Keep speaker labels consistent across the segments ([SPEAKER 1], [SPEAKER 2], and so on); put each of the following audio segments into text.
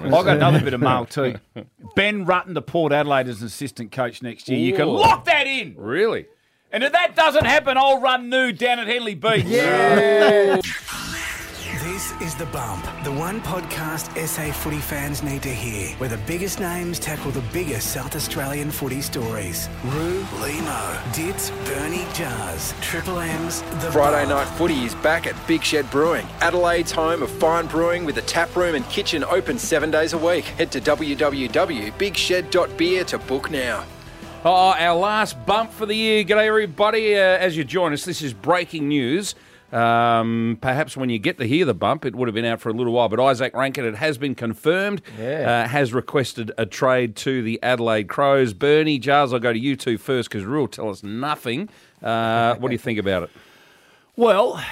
[SPEAKER 1] I got another bit of mail too. Ben Rutten to Port Adelaide as assistant coach next year. You can
[SPEAKER 2] Ooh.
[SPEAKER 1] lock that in.
[SPEAKER 2] Really?
[SPEAKER 1] And if that doesn't happen, I'll run nude down at Henley Beach.
[SPEAKER 3] This is The Bump, the one podcast SA footy fans need to hear, where the biggest names tackle the biggest South Australian footy stories. Roo, Limo, Dits, Bernie, Jars, Triple M's, The
[SPEAKER 4] Friday
[SPEAKER 3] Bump.
[SPEAKER 4] night footy is back at Big Shed Brewing, Adelaide's home of fine brewing with a tap room and kitchen open seven days a week. Head to www.bigshed.beer to book now.
[SPEAKER 2] Oh, our last bump for the year. G'day, everybody. Uh, as you join us, this is breaking news. Um, perhaps when you get to hear the bump, it would have been out for a little while. But Isaac Rankin, it has been confirmed, uh, has requested a trade to the Adelaide Crows. Bernie Jars, I'll go to you two first because Rule tell us nothing. Uh, what do you think about it?
[SPEAKER 1] Well,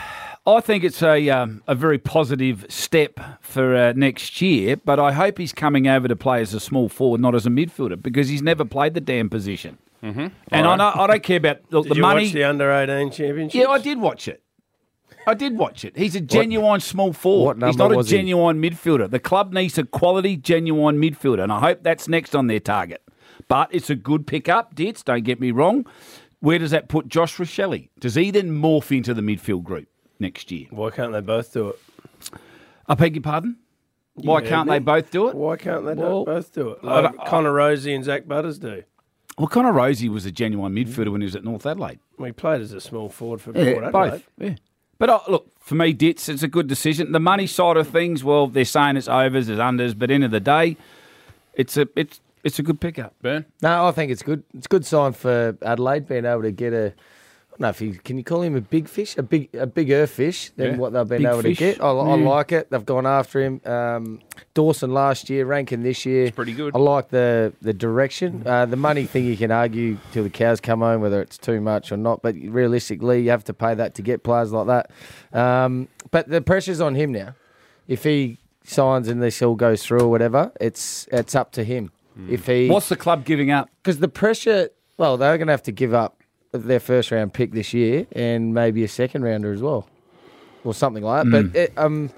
[SPEAKER 1] I think it's a um, a very positive step for uh, next year, but I hope he's coming over to play as a small forward, not as a midfielder, because he's never played the damn position. Mm-hmm. And I, know, I don't care about look,
[SPEAKER 5] Did
[SPEAKER 1] the
[SPEAKER 5] you
[SPEAKER 1] money.
[SPEAKER 5] watch the under 18 championship?
[SPEAKER 1] yeah, I did watch it. I did watch it. He's a genuine small forward.
[SPEAKER 6] what
[SPEAKER 1] he's
[SPEAKER 6] number
[SPEAKER 1] not a
[SPEAKER 6] was he?
[SPEAKER 1] genuine midfielder. The club needs a quality, genuine midfielder, and I hope that's next on their target. But it's a good pickup, Dits. Don't get me wrong. Where does that put Josh Rochelle? Does he then morph into the midfield group next year?
[SPEAKER 5] Why can't they both do it?
[SPEAKER 1] I beg your pardon? Why
[SPEAKER 5] heard
[SPEAKER 1] can't
[SPEAKER 5] me.
[SPEAKER 1] they both do it?
[SPEAKER 5] Why can't they
[SPEAKER 1] Well,
[SPEAKER 5] not both do it?
[SPEAKER 1] I
[SPEAKER 5] Like
[SPEAKER 1] don't-
[SPEAKER 5] Connor Rosie and Zach Butters do.
[SPEAKER 1] Well, Connor Rosie was a genuine midfielder when he was at North Adelaide.
[SPEAKER 5] We played as a small forward for Port
[SPEAKER 1] Yeah,
[SPEAKER 5] Adelaide.
[SPEAKER 1] both. Yeah. But uh, look, for me, Dits, it's a good decision. The money side of things, well, they're saying it's overs, it's unders, but end of the day, it's a it's it's a good pickup.
[SPEAKER 2] Bern?
[SPEAKER 6] No, I think it's good. It's a good sign for Adelaide being able to get a. I don't know if you can you call him a big fish, a big a bigger fish than
[SPEAKER 1] Yeah.
[SPEAKER 6] what they've been
[SPEAKER 1] Big
[SPEAKER 6] able
[SPEAKER 1] fish.
[SPEAKER 6] to get. I, I like it. They've gone after him. Um, Dawson last year, Rankin this year. It's
[SPEAKER 2] pretty good.
[SPEAKER 6] I like the the direction. Uh, the money thing you can argue till the cows come home whether it's too much or not, but realistically you have to pay that to get players like that. Um, but the pressure's on him now. If he signs and this all goes through or whatever, it's it's up to him. If he
[SPEAKER 1] Hmm. What's the club giving up?
[SPEAKER 6] because the pressure, well, they're going to have to give up their first round pick this year and maybe a second rounder as well, or something like that.
[SPEAKER 1] Mm.
[SPEAKER 6] But it, um,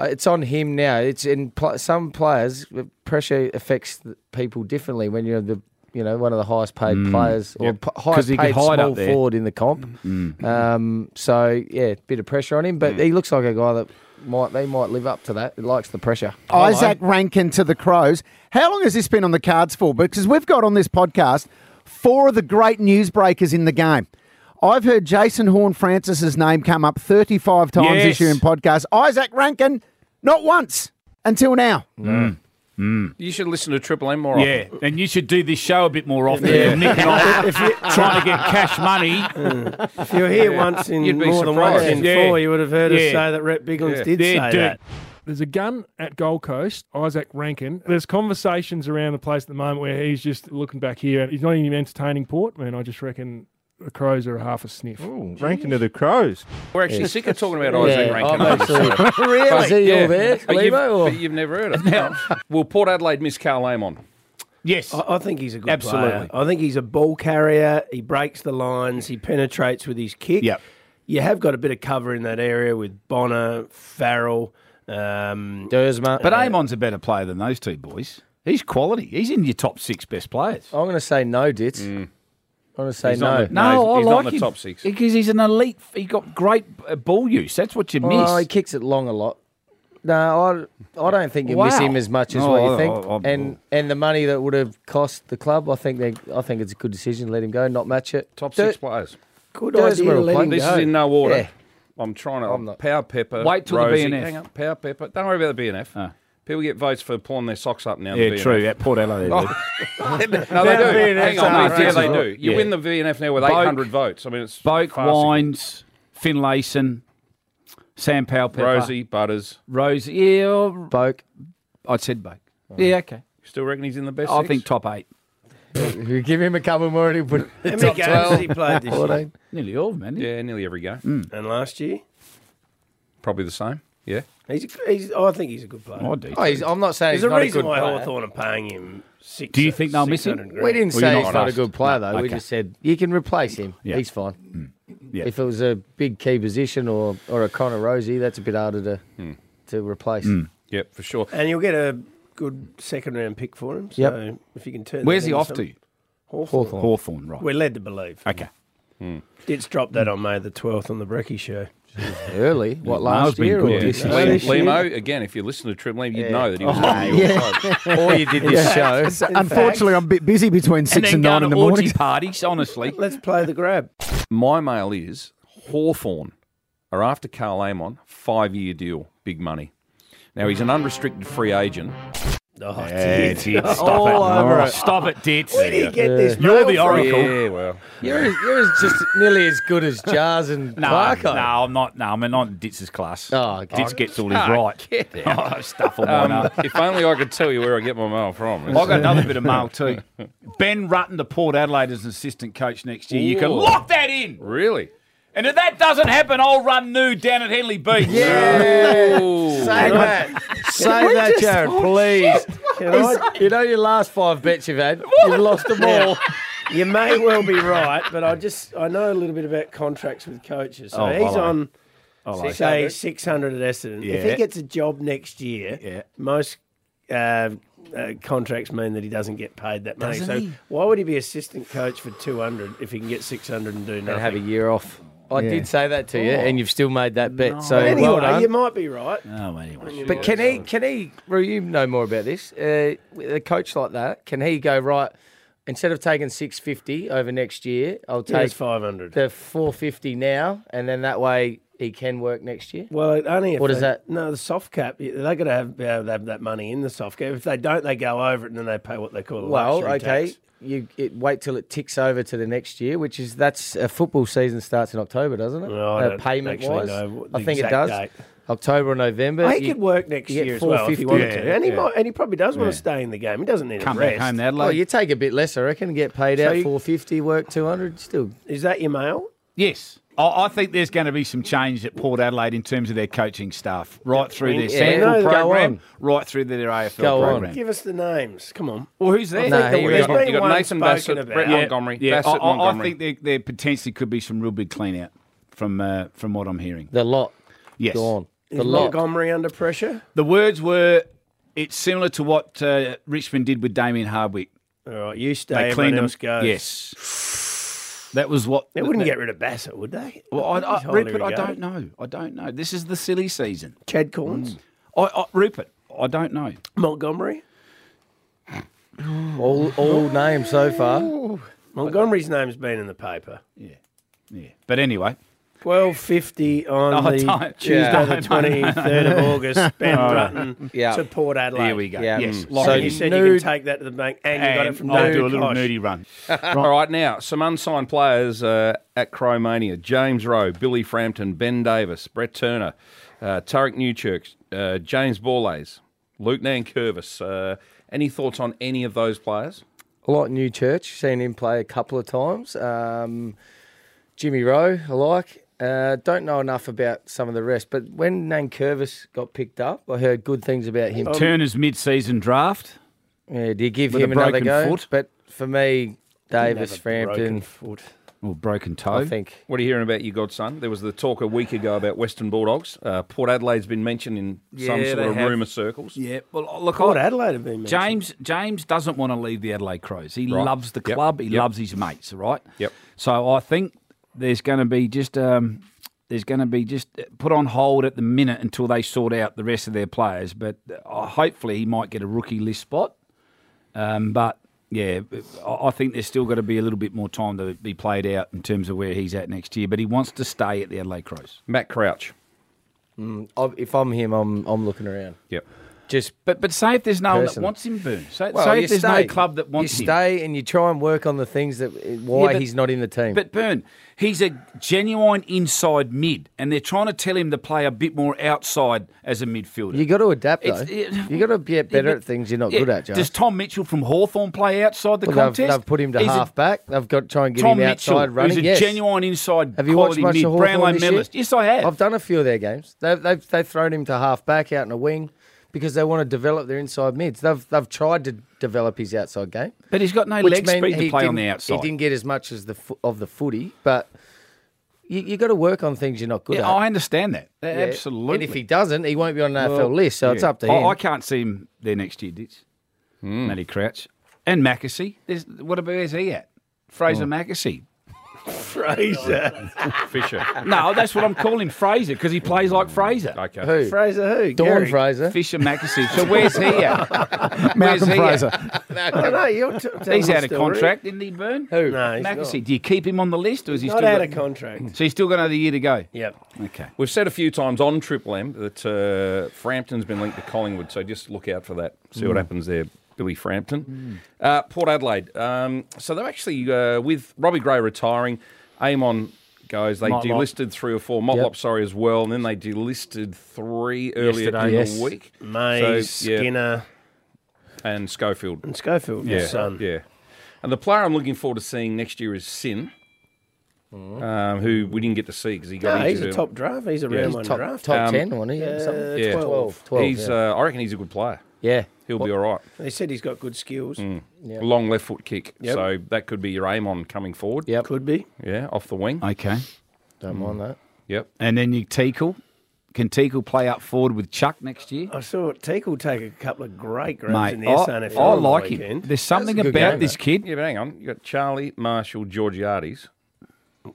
[SPEAKER 6] it's on him now. It's in pl- some players. Pressure affects the people differently when you're the you know one of the highest paid players or p- highest
[SPEAKER 1] Mm. he could
[SPEAKER 6] paid
[SPEAKER 1] hide up
[SPEAKER 6] small
[SPEAKER 1] there. Mm.
[SPEAKER 6] forward in the comp. Um, so yeah, bit of pressure on him, but he looks like a guy that might they might live up to that. He likes the pressure.
[SPEAKER 7] Isaac Rankin to the Crows. How long has this been on the cards for? Because we've got on this podcast four of the great newsbreakers in the game. I've heard Jason Horn Francis's name come up 35 times
[SPEAKER 1] Yes.
[SPEAKER 7] this year in podcasts. Isaac Rankin, not once until now.
[SPEAKER 2] You should listen to Triple M more
[SPEAKER 1] Yeah, and you should do this show a bit more often. Yeah. Nick and I trying to get cash money.
[SPEAKER 5] If you were here once in
[SPEAKER 2] You'd be
[SPEAKER 5] more than once in
[SPEAKER 2] surprised.
[SPEAKER 1] Yeah.
[SPEAKER 5] four, you would have heard us
[SPEAKER 1] Yeah.
[SPEAKER 5] say that Rhett Biglands did
[SPEAKER 1] Yeah,
[SPEAKER 5] say
[SPEAKER 1] dude.
[SPEAKER 5] that.
[SPEAKER 8] There's a gun at Gold Coast, Isaac Rankin. There's conversations around the place at the moment where he's just looking back here and he's not even entertaining Portman. I just reckon the Crows are half a sniff.
[SPEAKER 9] Ranking to the Crows.
[SPEAKER 2] often. We're actually sick of talking about Isaac Rankin.
[SPEAKER 6] I'm actually, really? I see you all there,
[SPEAKER 2] But you've,
[SPEAKER 6] Limo, or-
[SPEAKER 2] but you've never heard of it. Will Port Adelaide miss Carl Amon?
[SPEAKER 1] Yes.
[SPEAKER 5] I, I think he's a good
[SPEAKER 1] Absolutely.
[SPEAKER 5] player. I think he's a ball carrier. He breaks the lines. He penetrates with his kick.
[SPEAKER 1] Yep.
[SPEAKER 5] You have got a bit of cover in that area with Bonner, Farrell. Um,
[SPEAKER 6] Dersma.
[SPEAKER 1] But Amon's a better player than those two boys. He's quality. He's in your top six best players.
[SPEAKER 6] I'm going to say no, Dits. I'm going to say
[SPEAKER 2] Mm. He's
[SPEAKER 6] no.
[SPEAKER 2] on the- Oh, No, he's- he's not in the top six.
[SPEAKER 1] because he's an elite. He got great uh, ball use. That's what you miss.
[SPEAKER 6] Oh, he kicks it long a lot. No, I, I don't think you miss
[SPEAKER 1] Wow.
[SPEAKER 6] him as much as
[SPEAKER 1] No,
[SPEAKER 6] what you
[SPEAKER 1] I-
[SPEAKER 6] think.
[SPEAKER 1] I- I-
[SPEAKER 6] and and the money that would have cost the club, I think they, I think it's a good decision. Let him go, not match it.
[SPEAKER 2] Top
[SPEAKER 6] Do-
[SPEAKER 2] six players.
[SPEAKER 5] good
[SPEAKER 6] Dersma
[SPEAKER 5] idea to
[SPEAKER 6] will
[SPEAKER 5] let
[SPEAKER 6] play.
[SPEAKER 5] him
[SPEAKER 2] This
[SPEAKER 5] go.
[SPEAKER 2] is in no order.
[SPEAKER 6] Yeah.
[SPEAKER 2] I'm trying to
[SPEAKER 6] I'm not-
[SPEAKER 2] power pepper.
[SPEAKER 1] Wait till the
[SPEAKER 2] Rosie.
[SPEAKER 1] BNF.
[SPEAKER 2] Hang on, power pepper. Don't worry about the BNF.
[SPEAKER 1] Ah.
[SPEAKER 2] People get votes for pulling their socks up now. in
[SPEAKER 1] yeah,
[SPEAKER 2] the BNF.
[SPEAKER 1] true. At Port Adelaide. they do.
[SPEAKER 2] no, they do. Hang on,
[SPEAKER 1] are
[SPEAKER 2] yeah, they
[SPEAKER 1] racist.
[SPEAKER 2] do. You
[SPEAKER 1] Yeah.
[SPEAKER 2] win the VNF now with
[SPEAKER 1] Boak-
[SPEAKER 2] 800 votes. I mean, it's
[SPEAKER 1] Boak,
[SPEAKER 2] farcical.
[SPEAKER 1] Wines, Finlayson, Sam Powell, Pepper,
[SPEAKER 2] Rosie Butters.
[SPEAKER 1] Rosie. Yeah, or-
[SPEAKER 6] Boak,
[SPEAKER 1] I said Boak. Yeah, okay.
[SPEAKER 2] You still reckon he's in the best?
[SPEAKER 1] I
[SPEAKER 2] six?
[SPEAKER 1] think top eight.
[SPEAKER 6] you give him a couple more, and he put eh?
[SPEAKER 5] How many
[SPEAKER 6] top
[SPEAKER 5] games
[SPEAKER 6] 12.
[SPEAKER 5] has he played this year?
[SPEAKER 6] 14.
[SPEAKER 1] Nearly all, man.
[SPEAKER 2] Yeah, nearly every game.
[SPEAKER 1] Mm.
[SPEAKER 5] And last year?
[SPEAKER 2] Probably the same. Yeah.
[SPEAKER 5] He's, a, he's, I think he's a good player.
[SPEAKER 1] I do.
[SPEAKER 6] Oh, he's, I'm not saying
[SPEAKER 5] There's
[SPEAKER 6] he's
[SPEAKER 5] a
[SPEAKER 6] not
[SPEAKER 5] reason
[SPEAKER 6] a good
[SPEAKER 5] why
[SPEAKER 6] player.
[SPEAKER 5] Hawthorn are paying him six.
[SPEAKER 1] Do you think they'll miss him?
[SPEAKER 5] 600 grand.
[SPEAKER 6] We didn't
[SPEAKER 1] Well, you're
[SPEAKER 6] say
[SPEAKER 1] not
[SPEAKER 6] he's not a
[SPEAKER 1] asked.
[SPEAKER 6] good player,
[SPEAKER 1] No,
[SPEAKER 6] though. We
[SPEAKER 1] okay.
[SPEAKER 6] just said you can replace him.
[SPEAKER 1] Yeah. Mm.
[SPEAKER 6] He's fine.
[SPEAKER 1] Yeah.
[SPEAKER 6] If it was a big key position or,
[SPEAKER 1] Mm.
[SPEAKER 6] or a Connor Rosie, that's a bit harder to to replace.
[SPEAKER 2] Yep, for sure.
[SPEAKER 5] And you'll get a good second round pick for him. So
[SPEAKER 6] Yep.
[SPEAKER 5] if you can turn,
[SPEAKER 1] Where's
[SPEAKER 5] that
[SPEAKER 1] he
[SPEAKER 5] into
[SPEAKER 1] off
[SPEAKER 5] some-
[SPEAKER 1] to?
[SPEAKER 5] Hawthorn.
[SPEAKER 6] Hawthorn.
[SPEAKER 1] Hawthorn, right.
[SPEAKER 5] We're led to believe.
[SPEAKER 1] Okay.
[SPEAKER 5] It's dropped that on May the twelfth on the Brecky show.
[SPEAKER 6] Early, what last
[SPEAKER 1] been
[SPEAKER 6] year? Or
[SPEAKER 1] good
[SPEAKER 6] this
[SPEAKER 1] this
[SPEAKER 6] year?
[SPEAKER 1] year.
[SPEAKER 2] Liam,
[SPEAKER 6] This year?
[SPEAKER 2] Limo, again, if you listen to Trim Liam, you'd
[SPEAKER 6] Yeah.
[SPEAKER 2] know that he was on your side.
[SPEAKER 6] or you did this show.
[SPEAKER 7] So Unfortunately, I'm a bit busy between six and, nine in the
[SPEAKER 1] orgy
[SPEAKER 7] morning.
[SPEAKER 1] parties, honestly.
[SPEAKER 5] Let's play the grab.
[SPEAKER 2] My mail is Hawthorn are after Carl Amon, five year deal, big money. Now, he's an unrestricted free agent.
[SPEAKER 5] Oh,
[SPEAKER 1] Stop it. Stop it, Dit.
[SPEAKER 5] Where do you get this?
[SPEAKER 1] You're
[SPEAKER 5] mail
[SPEAKER 1] the
[SPEAKER 5] from?
[SPEAKER 1] oracle.
[SPEAKER 2] Yeah, well.
[SPEAKER 6] You're, you're as- just nearly as good as Jars and
[SPEAKER 1] No,
[SPEAKER 6] Clarko.
[SPEAKER 1] no, I'm not. No, I'm not in Ditz's class.
[SPEAKER 6] Oh, okay.
[SPEAKER 1] Ditz gets all his right. Oh, stuff all mine
[SPEAKER 2] Um,
[SPEAKER 1] up.
[SPEAKER 2] if only I could tell you where I get my mail from.
[SPEAKER 1] I got another bit of mail too. Ben Rutten to Port Adelaide as an assistant coach next year. You can
[SPEAKER 2] Ooh.
[SPEAKER 1] lock that in.
[SPEAKER 2] Really?
[SPEAKER 1] And if that doesn't happen, I'll run new down at Henley Beach.
[SPEAKER 6] Say that. Say that, Jared, please. You know your last five bets you've had, you've lost them all.
[SPEAKER 5] You may well be right, but I just I know a little bit about contracts with coaches. So
[SPEAKER 1] Oh,
[SPEAKER 5] he's
[SPEAKER 1] hello.
[SPEAKER 5] on
[SPEAKER 6] Oh,
[SPEAKER 1] Hello.
[SPEAKER 5] say six hundred at Essendon. If
[SPEAKER 1] Yeah.
[SPEAKER 5] he gets a job next year,
[SPEAKER 1] Yeah.
[SPEAKER 5] most uh, uh, contracts mean that he doesn't get paid that money.
[SPEAKER 1] Doesn't
[SPEAKER 5] so
[SPEAKER 1] he?
[SPEAKER 5] why would he be assistant coach for two hundred if he can get six hundred and do
[SPEAKER 6] And
[SPEAKER 5] nothing?
[SPEAKER 6] have a year off. I
[SPEAKER 7] Yeah.
[SPEAKER 6] did say that to you, and you've still made that bet. So
[SPEAKER 5] anyway,
[SPEAKER 6] well done.
[SPEAKER 5] you might be right.
[SPEAKER 1] Oh, anyway.
[SPEAKER 6] But can he? Can he? Well, you know more about this. Uh, with a coach like that, can he go right? Instead of taking six fifty over next year, I'll take
[SPEAKER 5] Here's five hundred.
[SPEAKER 6] the four fifty now, and then that way he can work next year.
[SPEAKER 5] Well, it only if
[SPEAKER 6] What is
[SPEAKER 5] they-
[SPEAKER 6] that?
[SPEAKER 5] No, the soft cap. They got to have, be able to have that money in the soft cap. If they don't, they go over it and then they pay what they call a
[SPEAKER 6] Well,
[SPEAKER 5] luxury
[SPEAKER 6] okay.
[SPEAKER 5] tax.
[SPEAKER 6] You it, wait till it ticks over to the next year, which is that's a football season starts in October, doesn't it? Uh,
[SPEAKER 5] No, I don't
[SPEAKER 6] payment
[SPEAKER 5] actually
[SPEAKER 6] wise,
[SPEAKER 5] know what
[SPEAKER 6] I
[SPEAKER 5] the
[SPEAKER 6] think it
[SPEAKER 5] exact
[SPEAKER 6] does.
[SPEAKER 5] date.
[SPEAKER 6] October or November.
[SPEAKER 5] He
[SPEAKER 6] you-
[SPEAKER 5] could work next
[SPEAKER 6] you get
[SPEAKER 5] year as well if he wanted
[SPEAKER 6] 450.
[SPEAKER 5] to, and he
[SPEAKER 1] Yeah.
[SPEAKER 5] might, and he probably does want
[SPEAKER 1] Yeah.
[SPEAKER 5] to stay in the game. He doesn't need
[SPEAKER 1] Come
[SPEAKER 5] a
[SPEAKER 1] back
[SPEAKER 5] rest.
[SPEAKER 1] home to
[SPEAKER 6] Well,
[SPEAKER 1] Adelaide.
[SPEAKER 6] you take a bit less, I reckon. Get paid out
[SPEAKER 5] you-
[SPEAKER 6] four fifty, work two hundred, still
[SPEAKER 5] Is that your mail?
[SPEAKER 1] Yes. I, I think there's going to be some change at Port Adelaide in terms of their coaching staff, right through their
[SPEAKER 6] Yeah.
[SPEAKER 1] sample
[SPEAKER 5] No, go
[SPEAKER 1] program,
[SPEAKER 6] on.
[SPEAKER 1] right through their AFL
[SPEAKER 6] Go on.
[SPEAKER 1] program.
[SPEAKER 5] Give us the names. Come on.
[SPEAKER 1] Well, who's there?
[SPEAKER 6] No, he-
[SPEAKER 5] There's
[SPEAKER 6] You've got-
[SPEAKER 5] been
[SPEAKER 2] you've got
[SPEAKER 5] one
[SPEAKER 2] Nathan
[SPEAKER 5] spoken
[SPEAKER 2] Bassett,
[SPEAKER 5] about.
[SPEAKER 2] Brett Montgomery.
[SPEAKER 1] Yeah, I,
[SPEAKER 2] Bassett,
[SPEAKER 1] I- I
[SPEAKER 2] Montgomery.
[SPEAKER 1] think there, there potentially could be some real big clean out from uh, from what I'm hearing.
[SPEAKER 6] the lot
[SPEAKER 1] Yes.
[SPEAKER 6] gone.
[SPEAKER 5] Is
[SPEAKER 6] The lot.
[SPEAKER 5] Montgomery under pressure?
[SPEAKER 1] The words were, it's similar to what uh, Richmond did with Damien Hardwick.
[SPEAKER 5] All right, you
[SPEAKER 1] They
[SPEAKER 5] stay.
[SPEAKER 1] cleaned
[SPEAKER 5] Everyone
[SPEAKER 1] him.
[SPEAKER 5] else goes.
[SPEAKER 1] Yes. That was what.
[SPEAKER 5] They wouldn't get rid of Bassett, would they?
[SPEAKER 1] Well, I,
[SPEAKER 5] He's
[SPEAKER 1] I,
[SPEAKER 5] highly
[SPEAKER 1] Rupert, I don't
[SPEAKER 5] regarded.
[SPEAKER 1] know. Mm. I don't know. This is the silly season.
[SPEAKER 5] Chad Corns,
[SPEAKER 1] I, I, Rupert, I don't know.
[SPEAKER 5] Montgomery.
[SPEAKER 6] All, all names so far.
[SPEAKER 5] Montgomery's name's been in the paper.
[SPEAKER 1] Yeah. But anyway,
[SPEAKER 5] Twelve fifty on
[SPEAKER 1] Oh,
[SPEAKER 5] the
[SPEAKER 1] don't-
[SPEAKER 5] Tuesday,
[SPEAKER 1] yeah.
[SPEAKER 5] the twenty third of August. Ben Rutten
[SPEAKER 6] Yeah.
[SPEAKER 5] to Port Adelaide.
[SPEAKER 1] here we go.
[SPEAKER 6] Yeah.
[SPEAKER 1] Yes.
[SPEAKER 6] Mm.
[SPEAKER 1] lock
[SPEAKER 5] So
[SPEAKER 1] it
[SPEAKER 5] you
[SPEAKER 1] in.
[SPEAKER 5] said you
[SPEAKER 6] Nude.
[SPEAKER 5] can take that to the bank, and, you got it from
[SPEAKER 1] And I'll do a little
[SPEAKER 5] Nude.
[SPEAKER 1] nudie run.
[SPEAKER 2] All right, now some unsigned players uh, at Cromania: James Rowe, Billy Frampton, Ben Davis, Brett Turner, uh, Tarek Newchurch, uh, James Borlays, Luke Nankervis. Uh, any thoughts on any of those players?
[SPEAKER 6] A lot New Church, seen him play a couple of times. Um, Jimmy Rowe, I like. Uh, don't know enough about some of the rest, but when Nankervis got picked up, I heard good things about
[SPEAKER 5] Um,
[SPEAKER 6] him.
[SPEAKER 1] Turner's mid-season draft.
[SPEAKER 6] Yeah, do you
[SPEAKER 1] Um,
[SPEAKER 6] give
[SPEAKER 1] With a
[SPEAKER 6] him another
[SPEAKER 1] broken
[SPEAKER 6] go?
[SPEAKER 1] foot?
[SPEAKER 6] But for me, Davis,
[SPEAKER 5] Have a broken
[SPEAKER 6] Frampton,
[SPEAKER 5] foot.
[SPEAKER 1] Or broken toe.
[SPEAKER 6] I think.
[SPEAKER 2] What are you hearing about your godson? There was the talk a week ago about Western Bulldogs. Uh, Port Adelaide's been mentioned in some
[SPEAKER 1] Yeah,
[SPEAKER 2] sort
[SPEAKER 1] they
[SPEAKER 2] of
[SPEAKER 1] have.
[SPEAKER 2] rumour circles.
[SPEAKER 1] Yeah. Well, look,
[SPEAKER 5] Port
[SPEAKER 1] I,
[SPEAKER 5] Adelaide have been mentioned.
[SPEAKER 1] James James doesn't want to leave the Adelaide Crows. He
[SPEAKER 2] Right.
[SPEAKER 1] loves the
[SPEAKER 2] Yep.
[SPEAKER 1] club. He
[SPEAKER 2] Yep.
[SPEAKER 1] loves his mates. Right.
[SPEAKER 2] Yep.
[SPEAKER 1] So I think there's going to be just um, there's going to be just put on hold at the minute until they sort out the rest of their players. But uh, hopefully he might get a rookie list spot. Um, but yeah, I I think there's still got to be a little bit more time to be played out in terms of where he's at next year. But he wants to stay at the Adelaide Crows.
[SPEAKER 2] Matt Crouch.
[SPEAKER 6] I- If I'm him, I'm I'm looking around.
[SPEAKER 2] Yep.
[SPEAKER 6] Just
[SPEAKER 1] But but say if there's no one
[SPEAKER 6] Person.
[SPEAKER 1] that wants him, Boone. Say,
[SPEAKER 6] well,
[SPEAKER 1] say
[SPEAKER 6] you
[SPEAKER 1] if there's
[SPEAKER 6] stay.
[SPEAKER 1] no club that wants
[SPEAKER 6] you
[SPEAKER 1] him.
[SPEAKER 6] stay and you try and work on the things that why
[SPEAKER 1] Yeah, but-
[SPEAKER 6] he's not in the team.
[SPEAKER 1] But Byrne, he's a genuine inside mid, and they're trying to tell him to play a bit more outside as a midfielder.
[SPEAKER 6] you got to adapt though.
[SPEAKER 1] It's- it-
[SPEAKER 6] you got to get better
[SPEAKER 1] Yeah, but-
[SPEAKER 6] at things you're not
[SPEAKER 1] yeah,
[SPEAKER 6] good at. Josh.
[SPEAKER 1] Does Tom Mitchell from Hawthorn play outside the
[SPEAKER 6] Well, they've,
[SPEAKER 1] contest?
[SPEAKER 6] they've put him to
[SPEAKER 1] He's a-
[SPEAKER 6] half back. They've got to try and get
[SPEAKER 1] Tom
[SPEAKER 6] him outside
[SPEAKER 1] Mitchell,
[SPEAKER 6] running.
[SPEAKER 1] who's a
[SPEAKER 6] yes.
[SPEAKER 1] genuine inside
[SPEAKER 6] Have you watched
[SPEAKER 1] quality
[SPEAKER 6] much
[SPEAKER 1] mid.
[SPEAKER 6] of Hawthorn
[SPEAKER 1] Brownlow
[SPEAKER 6] this year?
[SPEAKER 1] medalist. Yes, I have.
[SPEAKER 6] I've done a few of their games. They've they've they've thrown him to half back out in a wing because they want to develop their inside mids. They've they've tried to develop his outside game,
[SPEAKER 1] but he's got no
[SPEAKER 6] which
[SPEAKER 1] leg
[SPEAKER 6] meant
[SPEAKER 1] speed to
[SPEAKER 6] he
[SPEAKER 1] play on
[SPEAKER 6] didn't-
[SPEAKER 1] the
[SPEAKER 6] He
[SPEAKER 1] outside.
[SPEAKER 6] didn't get as much as the fo- of the footy, but You, you got to work on things you're not good
[SPEAKER 1] Yeah,
[SPEAKER 6] at.
[SPEAKER 1] I understand that. A-
[SPEAKER 6] Yeah.
[SPEAKER 1] Absolutely.
[SPEAKER 6] And if he doesn't, he won't be on an AFL list. So it's
[SPEAKER 1] Yeah.
[SPEAKER 6] up to
[SPEAKER 1] I-
[SPEAKER 6] him.
[SPEAKER 1] I, can't see him there next year, Ditch. Matty Crouch. And Mackesy. There's, what about where's he at? Fraser Mackesy.
[SPEAKER 5] Fraser.
[SPEAKER 2] Fisher.
[SPEAKER 1] No, that's what I'm calling Fraser because he plays like Fraser.
[SPEAKER 2] Okay.
[SPEAKER 6] who?
[SPEAKER 7] Fraser who?
[SPEAKER 6] Dawn
[SPEAKER 7] Gary?
[SPEAKER 6] Fraser.
[SPEAKER 1] Fisher Mackesy. So where's he at? Where's
[SPEAKER 7] Malcolm
[SPEAKER 1] he
[SPEAKER 7] Fraser.
[SPEAKER 6] No,
[SPEAKER 5] I know, you're t- telling
[SPEAKER 1] He's
[SPEAKER 5] the
[SPEAKER 1] out of
[SPEAKER 5] story.
[SPEAKER 1] contract, isn't he, Burn?
[SPEAKER 6] who?
[SPEAKER 5] No, he's not.
[SPEAKER 1] Mackesy. Do you keep him on the list or is he
[SPEAKER 5] Not
[SPEAKER 1] still
[SPEAKER 5] out
[SPEAKER 1] got-
[SPEAKER 5] of contract.
[SPEAKER 1] So he's still got another year to go.
[SPEAKER 5] yep.
[SPEAKER 1] Okay.
[SPEAKER 2] We've said a few times on Triple M that uh, Frampton's been linked to Collingwood, so just look out for that. See
[SPEAKER 6] Mm.
[SPEAKER 2] what happens there, Billy Frampton. Uh, Port Adelaide. Um, so they're actually, uh, with Robbie Gray retiring, Amon goes, they
[SPEAKER 1] Motlop.
[SPEAKER 2] delisted three or four, Motlop,
[SPEAKER 6] Yep.
[SPEAKER 2] sorry, as well, and then they delisted three earlier
[SPEAKER 5] Yesterday.
[SPEAKER 2] in
[SPEAKER 6] Yes.
[SPEAKER 2] the week.
[SPEAKER 5] May,
[SPEAKER 2] So, yeah,
[SPEAKER 5] Skinner,
[SPEAKER 2] and Schofield.
[SPEAKER 5] and Schofield, yeah.
[SPEAKER 2] Yeah,
[SPEAKER 5] son.
[SPEAKER 2] yeah. And the player I'm looking forward to seeing next year is Sin, um, who we didn't get to see because he got
[SPEAKER 5] Mm. No,
[SPEAKER 2] injured.
[SPEAKER 5] he's a
[SPEAKER 2] early.
[SPEAKER 5] top draft. He's a round one
[SPEAKER 6] top,
[SPEAKER 5] draft.
[SPEAKER 6] top
[SPEAKER 2] Um,
[SPEAKER 6] 10, wasn't he? or something?
[SPEAKER 5] Uh,
[SPEAKER 2] yeah.
[SPEAKER 5] 12.
[SPEAKER 6] 12. 12
[SPEAKER 2] he's,
[SPEAKER 6] yeah.
[SPEAKER 2] uh, I reckon he's a good player.
[SPEAKER 6] yeah.
[SPEAKER 2] He'll be all right.
[SPEAKER 5] They said he's got good skills.
[SPEAKER 6] Yeah.
[SPEAKER 2] Long left foot kick.
[SPEAKER 5] Yep.
[SPEAKER 2] So that could be your aim on coming forward.
[SPEAKER 6] Yep.
[SPEAKER 5] Could be.
[SPEAKER 2] Yeah, off the wing.
[SPEAKER 1] Okay.
[SPEAKER 6] Don't mind that.
[SPEAKER 2] Yep.
[SPEAKER 1] And then you Teakle. Can Teakle play up forward with Chuck next year?
[SPEAKER 5] I saw Teakle take a couple of great grabs in
[SPEAKER 1] Mate,
[SPEAKER 5] the
[SPEAKER 1] I,
[SPEAKER 5] SNFL.
[SPEAKER 1] I
[SPEAKER 5] on the
[SPEAKER 1] like him.
[SPEAKER 5] weekend.
[SPEAKER 1] There's something
[SPEAKER 6] a
[SPEAKER 1] about
[SPEAKER 6] good game,
[SPEAKER 1] this kid.
[SPEAKER 2] Yeah, but hang on. you got Charlie, Marshall, Georgiades.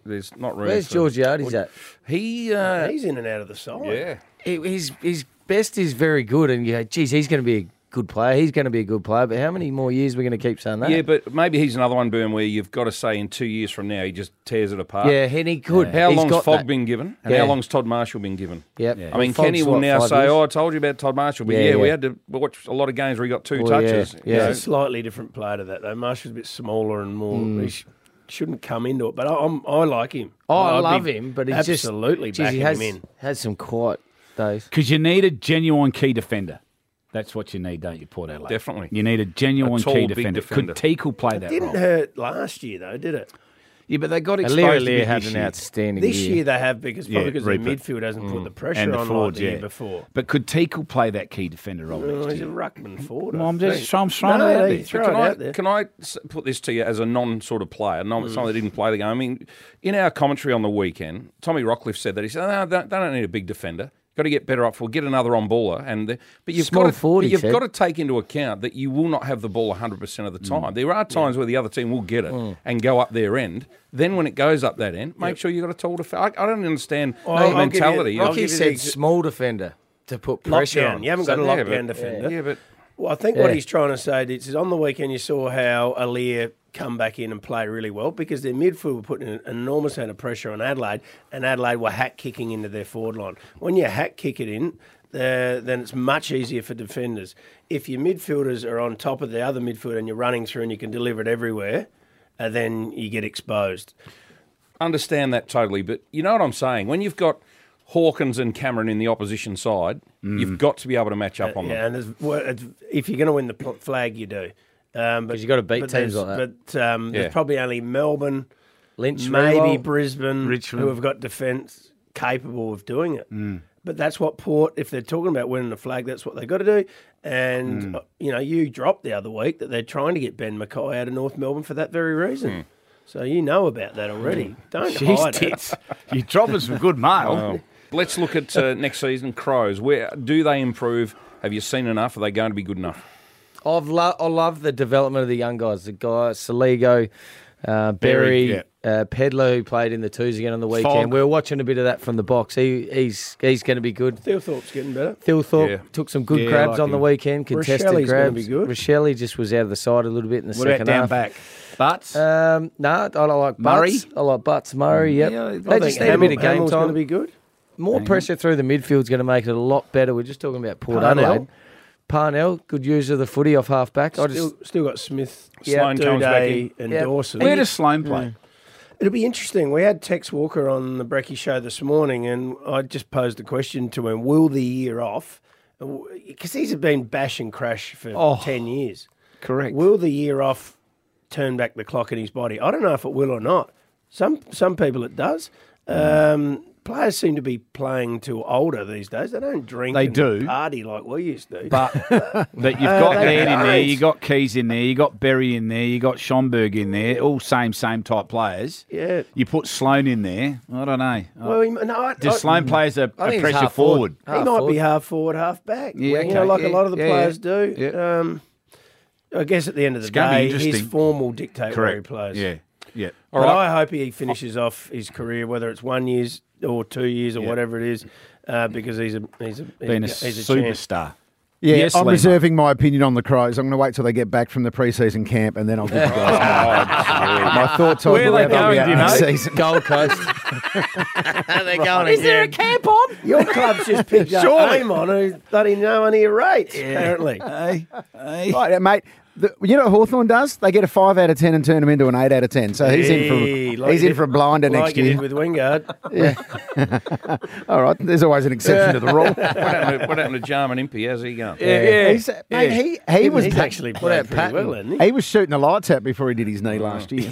[SPEAKER 2] There's not room.
[SPEAKER 6] Where's
[SPEAKER 2] for-
[SPEAKER 6] Georgiades at?
[SPEAKER 2] He, uh,
[SPEAKER 5] He's in and out of the side.
[SPEAKER 2] yeah.
[SPEAKER 6] He, his, his best is very good, and you go, geez, he's going to be a good player. He's going to be a good player. But how many more years are we going to keep saying that?
[SPEAKER 2] Yeah, but maybe he's another one, Boom, where you've got to say in two years from now, he just tears it apart.
[SPEAKER 6] yeah, and he could.
[SPEAKER 2] How
[SPEAKER 6] He's
[SPEAKER 2] uh, long's
[SPEAKER 6] got
[SPEAKER 2] Fogg
[SPEAKER 6] that.
[SPEAKER 2] been given? And
[SPEAKER 6] Yeah.
[SPEAKER 2] how long's Todd Marshall been given?
[SPEAKER 6] Yep.
[SPEAKER 2] I mean,
[SPEAKER 6] Fogg's
[SPEAKER 2] Kenny will
[SPEAKER 6] what,
[SPEAKER 2] now
[SPEAKER 6] five
[SPEAKER 2] say,
[SPEAKER 6] years?
[SPEAKER 2] "Oh, I told you about Todd Marshall," but yeah,
[SPEAKER 6] Yeah,
[SPEAKER 2] we
[SPEAKER 6] yeah.
[SPEAKER 2] had to watch a lot of games where he got two
[SPEAKER 6] Well, yeah,
[SPEAKER 2] touches. you
[SPEAKER 6] yeah.
[SPEAKER 2] know.
[SPEAKER 5] It's a slightly different play to that, though. Marshall's a bit smaller and more. He sh- shouldn't come into it, but I, I'm, I like him.
[SPEAKER 6] Oh, I
[SPEAKER 5] I'd be
[SPEAKER 6] love him, but he's just
[SPEAKER 5] absolutely
[SPEAKER 6] geez,
[SPEAKER 5] backing
[SPEAKER 6] he has,
[SPEAKER 5] him in.
[SPEAKER 6] Had some quiet days.
[SPEAKER 1] Because you need a genuine key defender. That's what you need, don't you, Port Adelaide?
[SPEAKER 2] Definitely.
[SPEAKER 1] You need a genuine
[SPEAKER 2] A tall,
[SPEAKER 1] key
[SPEAKER 2] big
[SPEAKER 1] defender.
[SPEAKER 2] defender.
[SPEAKER 1] Could Teakle play that
[SPEAKER 5] Didn't
[SPEAKER 1] role?
[SPEAKER 5] hurt last year, though, did it?
[SPEAKER 1] yeah, but they got
[SPEAKER 6] Alir
[SPEAKER 1] exposed a
[SPEAKER 6] Alir
[SPEAKER 1] bit
[SPEAKER 6] had
[SPEAKER 1] this
[SPEAKER 6] an
[SPEAKER 1] year.
[SPEAKER 6] outstanding
[SPEAKER 5] This year they have because probably
[SPEAKER 1] Yeah,
[SPEAKER 5] because the
[SPEAKER 1] Reaper.
[SPEAKER 5] midfield hasn't put the pressure
[SPEAKER 1] and the
[SPEAKER 5] on
[SPEAKER 1] forwards,
[SPEAKER 5] like the
[SPEAKER 1] yeah.
[SPEAKER 5] year before.
[SPEAKER 1] But could Teakle play that key defender role
[SPEAKER 5] Oh,
[SPEAKER 1] next
[SPEAKER 5] he's a
[SPEAKER 1] year?
[SPEAKER 5] ruckman forward.
[SPEAKER 1] Well,
[SPEAKER 5] I
[SPEAKER 1] I'm just
[SPEAKER 5] think.
[SPEAKER 1] I'm throwing
[SPEAKER 5] No,
[SPEAKER 1] it out
[SPEAKER 5] they
[SPEAKER 1] there.
[SPEAKER 5] throw
[SPEAKER 2] Can
[SPEAKER 5] it
[SPEAKER 2] I,
[SPEAKER 5] out there. Mm.
[SPEAKER 2] can I s- put this to you as a non sort of player, non, someone that didn't play the game? I mean, in our commentary on the weekend, Tommy Rockcliffe said that he said, no, they, they don't need a big defender. Got to get better up for, get another on baller, and the, but you've
[SPEAKER 6] Small
[SPEAKER 2] got to,
[SPEAKER 6] forward,
[SPEAKER 2] but
[SPEAKER 6] he
[SPEAKER 2] you've
[SPEAKER 6] said.
[SPEAKER 2] got to take into account that you will not have the ball 100 percent of the time.
[SPEAKER 5] Mm.
[SPEAKER 2] There are times where the other team will get it and go up their end. Then when it goes up that end, make sure you have got a tall defender. I, I don't understand
[SPEAKER 5] I'll
[SPEAKER 2] the
[SPEAKER 5] give you-
[SPEAKER 2] mentality.
[SPEAKER 5] I'll
[SPEAKER 2] of-
[SPEAKER 5] give
[SPEAKER 6] Rocky
[SPEAKER 5] you the
[SPEAKER 6] said
[SPEAKER 5] ex-
[SPEAKER 6] small defender to put pressure
[SPEAKER 5] Lockdown.
[SPEAKER 6] on.
[SPEAKER 5] You haven't got
[SPEAKER 2] So,
[SPEAKER 5] a
[SPEAKER 2] yeah,
[SPEAKER 5] lockdown
[SPEAKER 2] but-
[SPEAKER 5] defender.
[SPEAKER 2] yeah, but
[SPEAKER 5] Well, I think
[SPEAKER 6] Yeah.
[SPEAKER 5] what he's trying to say Ditch, is on the weekend you saw how Alir come back in and play really well because their midfield were putting an enormous amount of pressure on Adelaide, and Adelaide were hack kicking into their forward line. When you hack kick it in, uh, then it's much easier for defenders. If your midfielders are on top of the other midfield and you're running through and you can deliver it everywhere, uh, then you get exposed.
[SPEAKER 2] understand that totally, but you know what I'm saying. When you've got Hawkins and Cameron in the opposition side, you've got to be able to match up on
[SPEAKER 5] Yeah,
[SPEAKER 2] them.
[SPEAKER 5] and there's, well, it's, if you're going to win the pl- flag, you do. Um, but
[SPEAKER 6] 'Cause you gotta beat
[SPEAKER 5] but
[SPEAKER 6] teams
[SPEAKER 5] there's-
[SPEAKER 6] like that.
[SPEAKER 5] But um,
[SPEAKER 2] Yeah.
[SPEAKER 5] there's probably only Melbourne,
[SPEAKER 6] Lynch,
[SPEAKER 5] maybe
[SPEAKER 6] Rewalt.
[SPEAKER 5] Brisbane, who have got defence capable of doing it.
[SPEAKER 2] Mm.
[SPEAKER 5] But that's what Port, if they're talking about winning the flag, that's what they've got to do. And, uh,
[SPEAKER 2] Mm.
[SPEAKER 5] you know, you dropped the other week that they're trying to get Ben Mackay out of North Melbourne for that very reason.
[SPEAKER 2] Mm.
[SPEAKER 5] So you know about that already. Don't hide it.
[SPEAKER 1] you dropping some good mail.
[SPEAKER 2] Let's look at uh, next season. Crows, where do they improve? Have you seen enough? Are they going to be good enough?
[SPEAKER 6] I've lo- I love the development of the young guys. The guy Saligo, uh, Berry,
[SPEAKER 1] yeah.
[SPEAKER 6] uh, Pedler, who played in the twos again on the weekend.
[SPEAKER 1] Fogg.
[SPEAKER 6] We were watching a bit of that from the box. He, he's he's going to be good.
[SPEAKER 5] Theothorpe's getting better.
[SPEAKER 6] Thilthorpe
[SPEAKER 2] Yeah.
[SPEAKER 6] took some good
[SPEAKER 1] Yeah, I
[SPEAKER 6] grabs
[SPEAKER 1] like
[SPEAKER 6] on the
[SPEAKER 1] him.
[SPEAKER 6] weekend, contested
[SPEAKER 5] Rochelli's gonna
[SPEAKER 6] grabs.
[SPEAKER 5] be good.
[SPEAKER 6] Rochelli just was out of the side a little bit in the
[SPEAKER 1] What
[SPEAKER 6] second
[SPEAKER 1] about down
[SPEAKER 6] half.
[SPEAKER 1] back? But
[SPEAKER 5] Uh,
[SPEAKER 6] Um, no, I don't like
[SPEAKER 1] Murray?
[SPEAKER 6] Butts. I like Butts Murray. Yep.
[SPEAKER 1] Yeah, I
[SPEAKER 6] they just need a bit of game
[SPEAKER 5] Hamill's going
[SPEAKER 6] time.
[SPEAKER 5] to be good.
[SPEAKER 6] More pressure through the midfield's going to make it a lot better. We're just talking about Port
[SPEAKER 5] Parnell.
[SPEAKER 6] Adelaide. Parnell, good user of the footy off half back. I just
[SPEAKER 5] Still, still got Smith,
[SPEAKER 2] Yeah. Sloan comes back
[SPEAKER 5] Duday, and
[SPEAKER 6] Yeah.
[SPEAKER 5] Dawson.
[SPEAKER 1] where does Sloan
[SPEAKER 5] Mm.
[SPEAKER 1] play?
[SPEAKER 5] It'll be interesting. We had Tex Walker on the Brecky show this morning, and I just posed the question to him: Will the year off? Because these have been bash and crash for
[SPEAKER 1] Oh.
[SPEAKER 5] ten years.
[SPEAKER 1] Correct.
[SPEAKER 5] Will the year off turn back the clock in his body? I don't know if it will or not. Some some people it does. Um, players seem to be playing to older these days. They don't drink.
[SPEAKER 1] They
[SPEAKER 5] and
[SPEAKER 1] do.
[SPEAKER 5] party like we used to.
[SPEAKER 1] But that you've
[SPEAKER 5] Uh,
[SPEAKER 1] got
[SPEAKER 5] they
[SPEAKER 1] Laird in there,
[SPEAKER 5] don't.
[SPEAKER 1] you got Keys in there, you got Berry in there, you got Schomburg in there, all same same type players.
[SPEAKER 5] Yeah.
[SPEAKER 1] You put Sloan in there. I don't know.
[SPEAKER 5] well, he- no, I,
[SPEAKER 1] Does
[SPEAKER 5] I-
[SPEAKER 1] Sloan play as a,
[SPEAKER 6] I
[SPEAKER 1] a
[SPEAKER 6] think he's
[SPEAKER 1] pressure
[SPEAKER 6] half
[SPEAKER 1] forward?
[SPEAKER 6] forward.
[SPEAKER 5] He
[SPEAKER 6] Half
[SPEAKER 5] might
[SPEAKER 6] forward.
[SPEAKER 5] be half forward, half back.
[SPEAKER 1] Yeah,
[SPEAKER 5] you know,
[SPEAKER 1] okay.
[SPEAKER 5] like
[SPEAKER 1] Yeah,
[SPEAKER 5] a lot of the
[SPEAKER 1] yeah,
[SPEAKER 5] players
[SPEAKER 1] yeah.
[SPEAKER 5] do.
[SPEAKER 1] Yeah.
[SPEAKER 5] Um, I guess at the end of the
[SPEAKER 1] gonna be
[SPEAKER 5] day, his
[SPEAKER 1] interesting.
[SPEAKER 5] form will dictate where he
[SPEAKER 1] Correct.
[SPEAKER 5] plays.
[SPEAKER 1] Yeah. Yeah.
[SPEAKER 5] But I hope he finishes off his career, whether it's one years or two years or whatever it is, uh, because he's a he's a he's,
[SPEAKER 1] Being a
[SPEAKER 5] he's a champ.
[SPEAKER 1] superstar.
[SPEAKER 7] Yeah,
[SPEAKER 1] Yes,
[SPEAKER 7] I'm
[SPEAKER 1] Lima.
[SPEAKER 7] reserving my opinion on the Crows. I'm going to wait till they get back from the preseason camp, and then I'll give you guys my, my thoughts on
[SPEAKER 1] Where are
[SPEAKER 7] where
[SPEAKER 1] they
[SPEAKER 7] they'll be
[SPEAKER 1] going,
[SPEAKER 7] out
[SPEAKER 1] do you
[SPEAKER 7] next
[SPEAKER 1] know?
[SPEAKER 7] season.
[SPEAKER 6] Gold Coast.
[SPEAKER 5] They're going again.
[SPEAKER 1] camp on?
[SPEAKER 5] Your club's just picked up
[SPEAKER 1] Surely.
[SPEAKER 5] name on who bloody no one here rates, apparently.
[SPEAKER 1] Hey, hey.
[SPEAKER 7] Right, mate. The, you know what Hawthorne does? They get a five out of ten and turn him into an eight out of ten. So he's in
[SPEAKER 5] Hey,
[SPEAKER 7] for
[SPEAKER 5] like
[SPEAKER 7] he's
[SPEAKER 5] you
[SPEAKER 7] in
[SPEAKER 5] did-
[SPEAKER 7] for a blinder
[SPEAKER 5] like
[SPEAKER 7] next
[SPEAKER 5] you
[SPEAKER 7] year.
[SPEAKER 5] did with Wingard.
[SPEAKER 7] All right, there's always an exception to the rule.
[SPEAKER 2] What happened to, what happened to Jarman Impey? How's he going?
[SPEAKER 1] Yeah, yeah.
[SPEAKER 7] He's- mate, he he was
[SPEAKER 5] He's
[SPEAKER 7] pa-
[SPEAKER 5] actually played pretty
[SPEAKER 6] Patton?
[SPEAKER 5] well, isn't he? Oh,
[SPEAKER 7] he was shooting the lights out before he did his knee last year.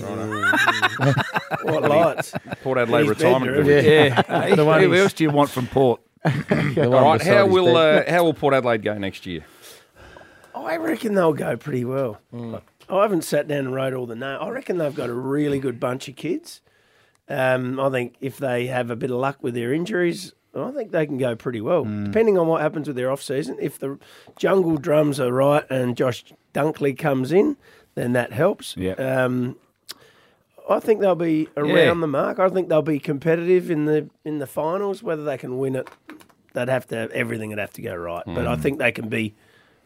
[SPEAKER 5] What lights?
[SPEAKER 2] Port Adelaide
[SPEAKER 5] He's
[SPEAKER 2] retirement.
[SPEAKER 5] bedroom.
[SPEAKER 2] village.
[SPEAKER 1] Yeah. the one who else do you want from Port?
[SPEAKER 2] All right, how will uh, how will Port Adelaide go next year?
[SPEAKER 5] Oh, I reckon they'll go pretty well. I haven't sat down and wrote all the names. I reckon they've got a really good bunch of kids. Um, I think if they have a bit of luck with their injuries, I think they can go pretty well, depending on what happens with their off season. If the jungle drums are right and Josh Dunkley comes in, then that helps.
[SPEAKER 1] Yeah.
[SPEAKER 5] Um, I think they'll be around
[SPEAKER 1] Yeah.
[SPEAKER 5] the mark. I think they'll be competitive in the in the finals. Whether they can win it, they'd have to everything would have to go right. But I think they can be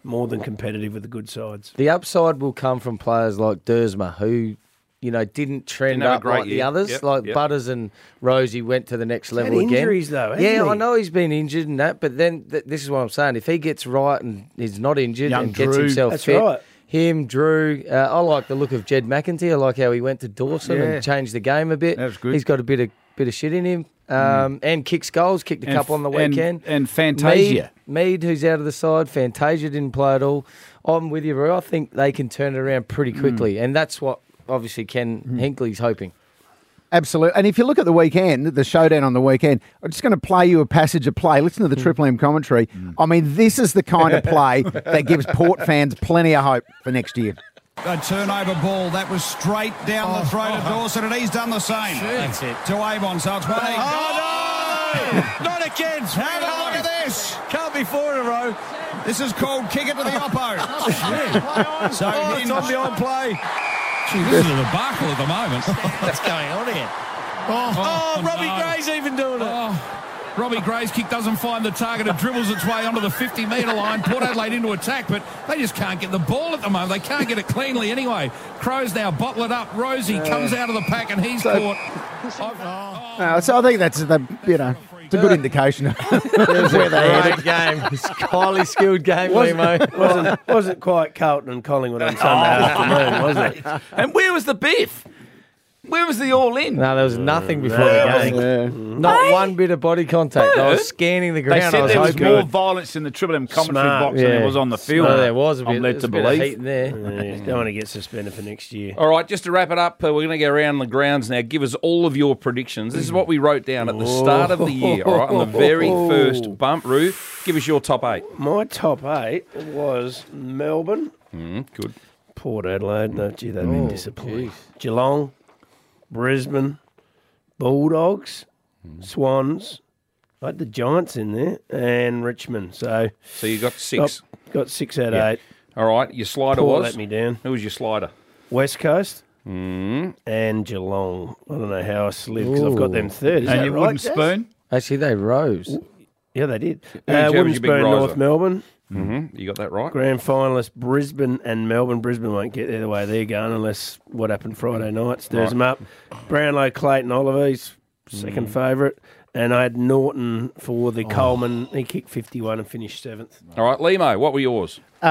[SPEAKER 5] more than competitive with the good sides.
[SPEAKER 6] The upside will come from players like Dersma, who, you know, didn't trend
[SPEAKER 2] Didn't have a
[SPEAKER 6] up
[SPEAKER 2] great
[SPEAKER 6] like the
[SPEAKER 2] year.
[SPEAKER 6] others.
[SPEAKER 2] Yep,
[SPEAKER 6] like
[SPEAKER 2] yep.
[SPEAKER 6] Butters and Rosie went to the next level again.
[SPEAKER 5] injuries though, hasn't
[SPEAKER 6] yeah,
[SPEAKER 5] he?
[SPEAKER 6] I know he's been injured and that, but then th- this is what I'm saying: if he gets right and he's not injured
[SPEAKER 1] Young
[SPEAKER 6] and gets
[SPEAKER 1] Drew.
[SPEAKER 6] himself
[SPEAKER 5] That's
[SPEAKER 6] fit.
[SPEAKER 5] right.
[SPEAKER 6] Him, Drew. Uh, I like the look of Jed McEntee. I like how he went to Dawson
[SPEAKER 1] Yeah.
[SPEAKER 6] and changed the game a bit.
[SPEAKER 1] That was good.
[SPEAKER 6] He's got a bit of bit of shit in him,
[SPEAKER 2] Mm.
[SPEAKER 6] um, and kicks goals. Kicked a
[SPEAKER 1] And
[SPEAKER 6] couple on the
[SPEAKER 1] f- and-
[SPEAKER 6] weekend.
[SPEAKER 1] and Fantasia.
[SPEAKER 6] Mead- Mead, who's out of the side, Fantasia didn't play at all. I'm with you, Roo. I think they can turn it around pretty
[SPEAKER 1] Mm.
[SPEAKER 6] quickly, and that's what obviously Ken Hinkley's hoping.
[SPEAKER 7] Absolutely. And if you look at the weekend, the showdown on the weekend, I'm just going to play you a passage of play. Listen
[SPEAKER 5] Hmm.
[SPEAKER 7] to the Triple M commentary. I mean, this is the kind of play that gives Port fans plenty of hope for next year.
[SPEAKER 9] A turnover ball that was straight down the throat of Dawson, and he's done the same. That's it. To Avon, so it's one. Oh, no! Not again. Have a look at this. Can't be four in a row. This is called kick it to the oppo. so Oh, it's on the on play. Gee, this is a debacle at the moment. What's going on here? Oh, Robbie Gray's even doing it. Robbie Gray's kick doesn't find the target. It dribbles its way onto the 50 metre line. Port Adelaide into attack, but they just can't get the ball at the moment. They can't get it cleanly anyway. Crows now bottle it up. Rosie comes out of the pack and he's caught. I've-
[SPEAKER 7] Uh, so I think that's, the, you know, it's a good indication Uh, of where they are.
[SPEAKER 6] Great game. It's a highly skilled game, Limo.
[SPEAKER 5] wasn't wasn't quite Carlton and Collingwood on Sunday afternoon, was it?
[SPEAKER 1] And where was the biff? Where was the all in?
[SPEAKER 6] No, there was nothing before the game.
[SPEAKER 7] Yeah.
[SPEAKER 6] Not one bit of body contact. I was
[SPEAKER 1] Bird?
[SPEAKER 6] scanning the
[SPEAKER 1] They
[SPEAKER 6] ground. I
[SPEAKER 1] said
[SPEAKER 6] was
[SPEAKER 1] there was
[SPEAKER 6] hoping-
[SPEAKER 1] more violence in the Triple M commentary
[SPEAKER 5] Smart.
[SPEAKER 1] box than there was on the field.
[SPEAKER 6] No, there was a bit,
[SPEAKER 1] I'm led
[SPEAKER 6] there's
[SPEAKER 1] to
[SPEAKER 6] a bit of heat
[SPEAKER 1] believe.
[SPEAKER 6] in there.
[SPEAKER 5] Yeah, don't want to get suspended for next year.
[SPEAKER 2] All right, just to wrap it up, uh, we're going to go around the grounds now. Give us all of your predictions. This is what we wrote down at the start of the year. All right, on the very
[SPEAKER 9] Oh.
[SPEAKER 2] first bump, Roo, give us your top eight.
[SPEAKER 5] My top eight was Melbourne,
[SPEAKER 2] Hmm, Good.
[SPEAKER 5] Port Adelaide. No, gee, they've
[SPEAKER 2] Oh,
[SPEAKER 5] been disappointing. Geelong, Brisbane, Bulldogs,
[SPEAKER 2] Hmm.
[SPEAKER 5] Swans. I had the Giants in there and Richmond. So
[SPEAKER 2] So you got six.
[SPEAKER 5] oh, got six out of eight.
[SPEAKER 2] All right, your slider
[SPEAKER 5] Port
[SPEAKER 2] was.
[SPEAKER 5] let me down.
[SPEAKER 2] Who was your slider?
[SPEAKER 5] West Coast
[SPEAKER 2] Hmm.
[SPEAKER 5] and Geelong. I don't know how I slid because I've got them third. Is
[SPEAKER 1] And
[SPEAKER 5] that
[SPEAKER 1] you
[SPEAKER 5] right,
[SPEAKER 1] wouldn't
[SPEAKER 5] Jazz?
[SPEAKER 1] spoon?
[SPEAKER 6] Actually, they rose.
[SPEAKER 5] Yeah, they did.
[SPEAKER 2] Who's
[SPEAKER 5] Uh,
[SPEAKER 2] your-
[SPEAKER 5] Wooden
[SPEAKER 2] who's your big
[SPEAKER 5] Spoon, North
[SPEAKER 2] riser?
[SPEAKER 5] Melbourne.
[SPEAKER 2] Mm-hmm. You got that right.
[SPEAKER 5] Grand finalists Brisbane and Melbourne. Brisbane won't get either way they're going unless what happened Friday night stirs them up. Brownlow, Clayton, Oliver, he's second favourite. And I had Norton for the Coleman. He kicked 51 and finished seventh.
[SPEAKER 2] All right, Limo, what were yours?
[SPEAKER 7] Uh,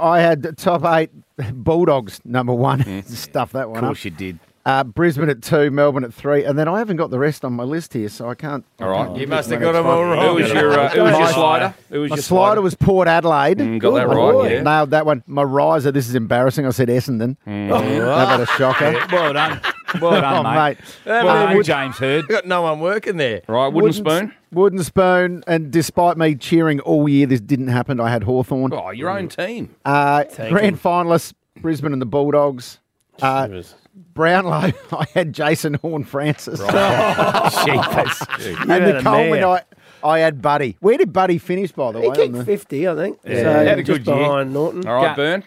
[SPEAKER 7] I had top eight Bulldogs number one. Stuff that one
[SPEAKER 1] Of course
[SPEAKER 7] up.
[SPEAKER 1] you did.
[SPEAKER 7] Uh, Brisbane at two, Melbourne at three, and then I haven't got the rest on my list here, so I can't.
[SPEAKER 2] All right.
[SPEAKER 6] You must have got them all
[SPEAKER 9] Oh,
[SPEAKER 2] Who
[SPEAKER 6] wrong.
[SPEAKER 2] was your, uh, who was your slider? Who was
[SPEAKER 7] My
[SPEAKER 2] your
[SPEAKER 7] slider was Port Adelaide.
[SPEAKER 2] got that right,
[SPEAKER 7] boy.
[SPEAKER 2] yeah.
[SPEAKER 7] Nailed that one. My riser, this is embarrassing. I said Essendon. How about a shocker?
[SPEAKER 1] Well done. Well done,
[SPEAKER 7] Oh,
[SPEAKER 1] mate.
[SPEAKER 7] mate.
[SPEAKER 1] Well
[SPEAKER 7] Uh,
[SPEAKER 1] done,
[SPEAKER 7] would-
[SPEAKER 1] James Heard.
[SPEAKER 6] We got no one working there.
[SPEAKER 2] Right, wooden spoon.
[SPEAKER 7] Wooden spoon. And despite me cheering all year, this didn't happen. I had Hawthorn.
[SPEAKER 2] Oh, your own team.
[SPEAKER 7] Uh, grand finalists, Brisbane and the Bulldogs. Uh, Brownlow, I had Jason Horn Francis.
[SPEAKER 5] You
[SPEAKER 7] and
[SPEAKER 5] had
[SPEAKER 7] the
[SPEAKER 5] a
[SPEAKER 7] Coleman,
[SPEAKER 5] mare.
[SPEAKER 7] I, I had Buddy. Where did Buddy finish, by the
[SPEAKER 5] He
[SPEAKER 7] way? on
[SPEAKER 5] kicked
[SPEAKER 7] the-
[SPEAKER 5] 50, I think. Yeah. So
[SPEAKER 1] Had a
[SPEAKER 5] just
[SPEAKER 1] good year.
[SPEAKER 5] behind Norton.
[SPEAKER 2] All right, Burn.